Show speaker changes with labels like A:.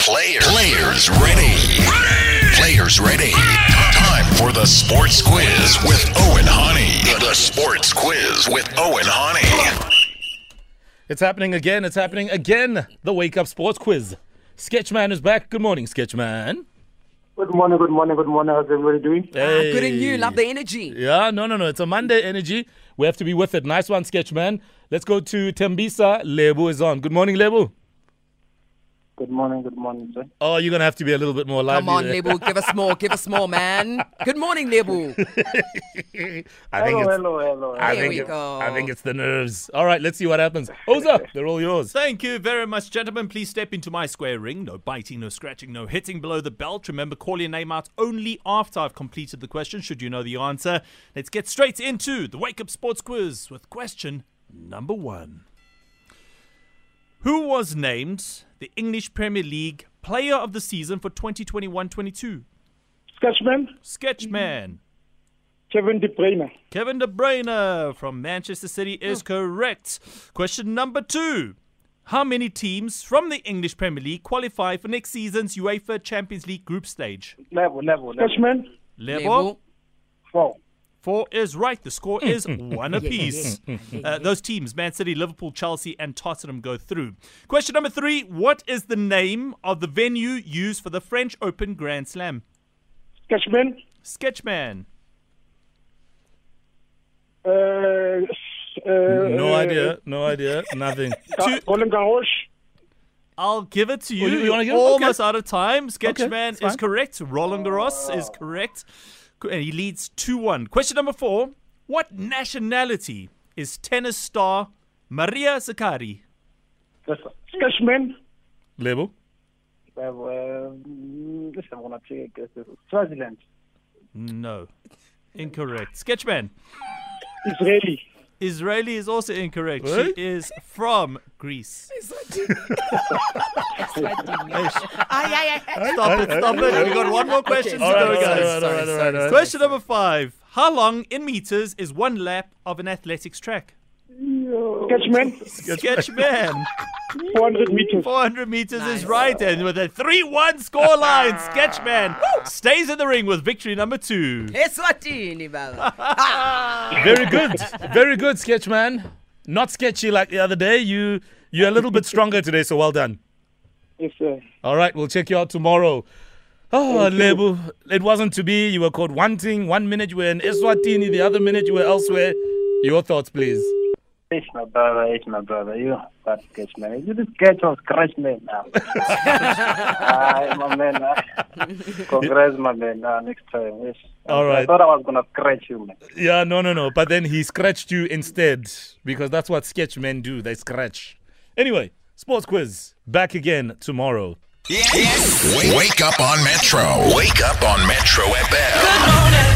A: Player. Players ready. Players ready. Time for the sports quiz with Owen Honey. The sports quiz with Owen Honey.
B: It's happening again. It's happening again. The Wake Up Sports Quiz. Sketchman is back. Good morning, Sketchman.
C: Good morning, good morning, good morning. How's everybody doing?
B: Hey.
D: Good and you. Love the energy.
B: Yeah, no, no, no. It's a Monday energy. We have to be with it. Nice one, Sketchman. Let's go to Tembisa. Lebu is on. Good morning, Lebu.
C: Good morning, good morning, sir.
B: Oh, you're going to have to be a little bit more lively.
D: Come on,
B: there.
D: Lebu. Give us more. Give us more, man. Good morning, Lebu.
B: I think
C: Hello,
B: it's,
C: hello, hello.
B: I
D: There
B: think
D: we
B: it-
D: go.
B: I think it's the nerves. All right, let's see what happens. Oza, they're all yours.
E: Thank you very much, gentlemen. Please step into my square ring. No biting, no scratching, no hitting below the belt. Remember, call your name out only after I've completed the question, should you know the answer. Let's get straight into the Wake Up Sports Quiz with question number one Who was named the English Premier League Player of the Season for 2021 22?
C: Sketchman,
D: Mm-hmm.
E: Sketchman.
C: Kevin De Bruyne.
E: Kevin De Bruyne from Manchester City is correct. Question number two. How many teams from the English Premier League qualify for next season's UEFA Champions League group stage?
C: Level, level, level. Sketchman,
E: Level
C: four.
E: four is right. The score
B: Mm,
E: is one apiece. Uh, those teams, Man City, Liverpool, Chelsea, and Tottenham, go through. Question number three. What is the name of the venue used for the French Open Grand Slam?
C: Sketchman,
E: Sketchman.
C: uh, uh,
B: No idea. No idea. Nothing.
C: Uh, Roland Garros.
E: I'll give it to you.
B: Oh, you- you
E: You're
B: wanna give it?
E: almost
B: Okay.
E: out of time. Sketchman
B: it's fine.
E: is correct. Roland Garros is correct. Co- And he leads 2 1. Question number four What nationality is tennis star Maria Zakari?
C: Yes, sir. Sketchman.
B: Lebu.
C: Level, um, this I'm gonna take. this is uh, Swaziland,
E: No. Incorrect. Sketchman.
C: Israeli.
E: Israeli is also incorrect.
B: What?
E: She is from Greece. Stop it, stop it. We got one more question to
B: All right, all
E: go,
B: right, all
E: guys.
B: right, all right, all right, all right.
E: Question number five How long in meters is one lap of an athletics track?
C: Sketchman,
E: Sketchman.
C: 400 meters.
E: 400 meters is right, and with a 3 1 scoreline, Sketchman stays in the ring with victory number two.
D: Eswatini, baba.
B: Very good. Very good, Sketchman. Not sketchy like the other day. You you're a little bit stronger today, so well done.
C: Yes, sir.
B: All right, we'll check you out tomorrow. Oh, Lebu, it wasn't to be. You were caught wanting. One minute you were in Eswatini, the other minute you were elsewhere. Your thoughts, please.
C: It's my brother, it's my brother. You, that Sketchman. You just get on Sketchman now. Aye, my man. aye. Congrats, my man. Uh, next time, yes.
B: All
C: I
B: right.
C: thought I was gonna scratch you, man.
B: Yeah, no, no, no. But then he scratched you instead because that's what sketch men do. They scratch. Anyway, sports quiz back again tomorrow.
A: Wake, wake up on Metro. Wake up on Metro FM.
F: Good morning.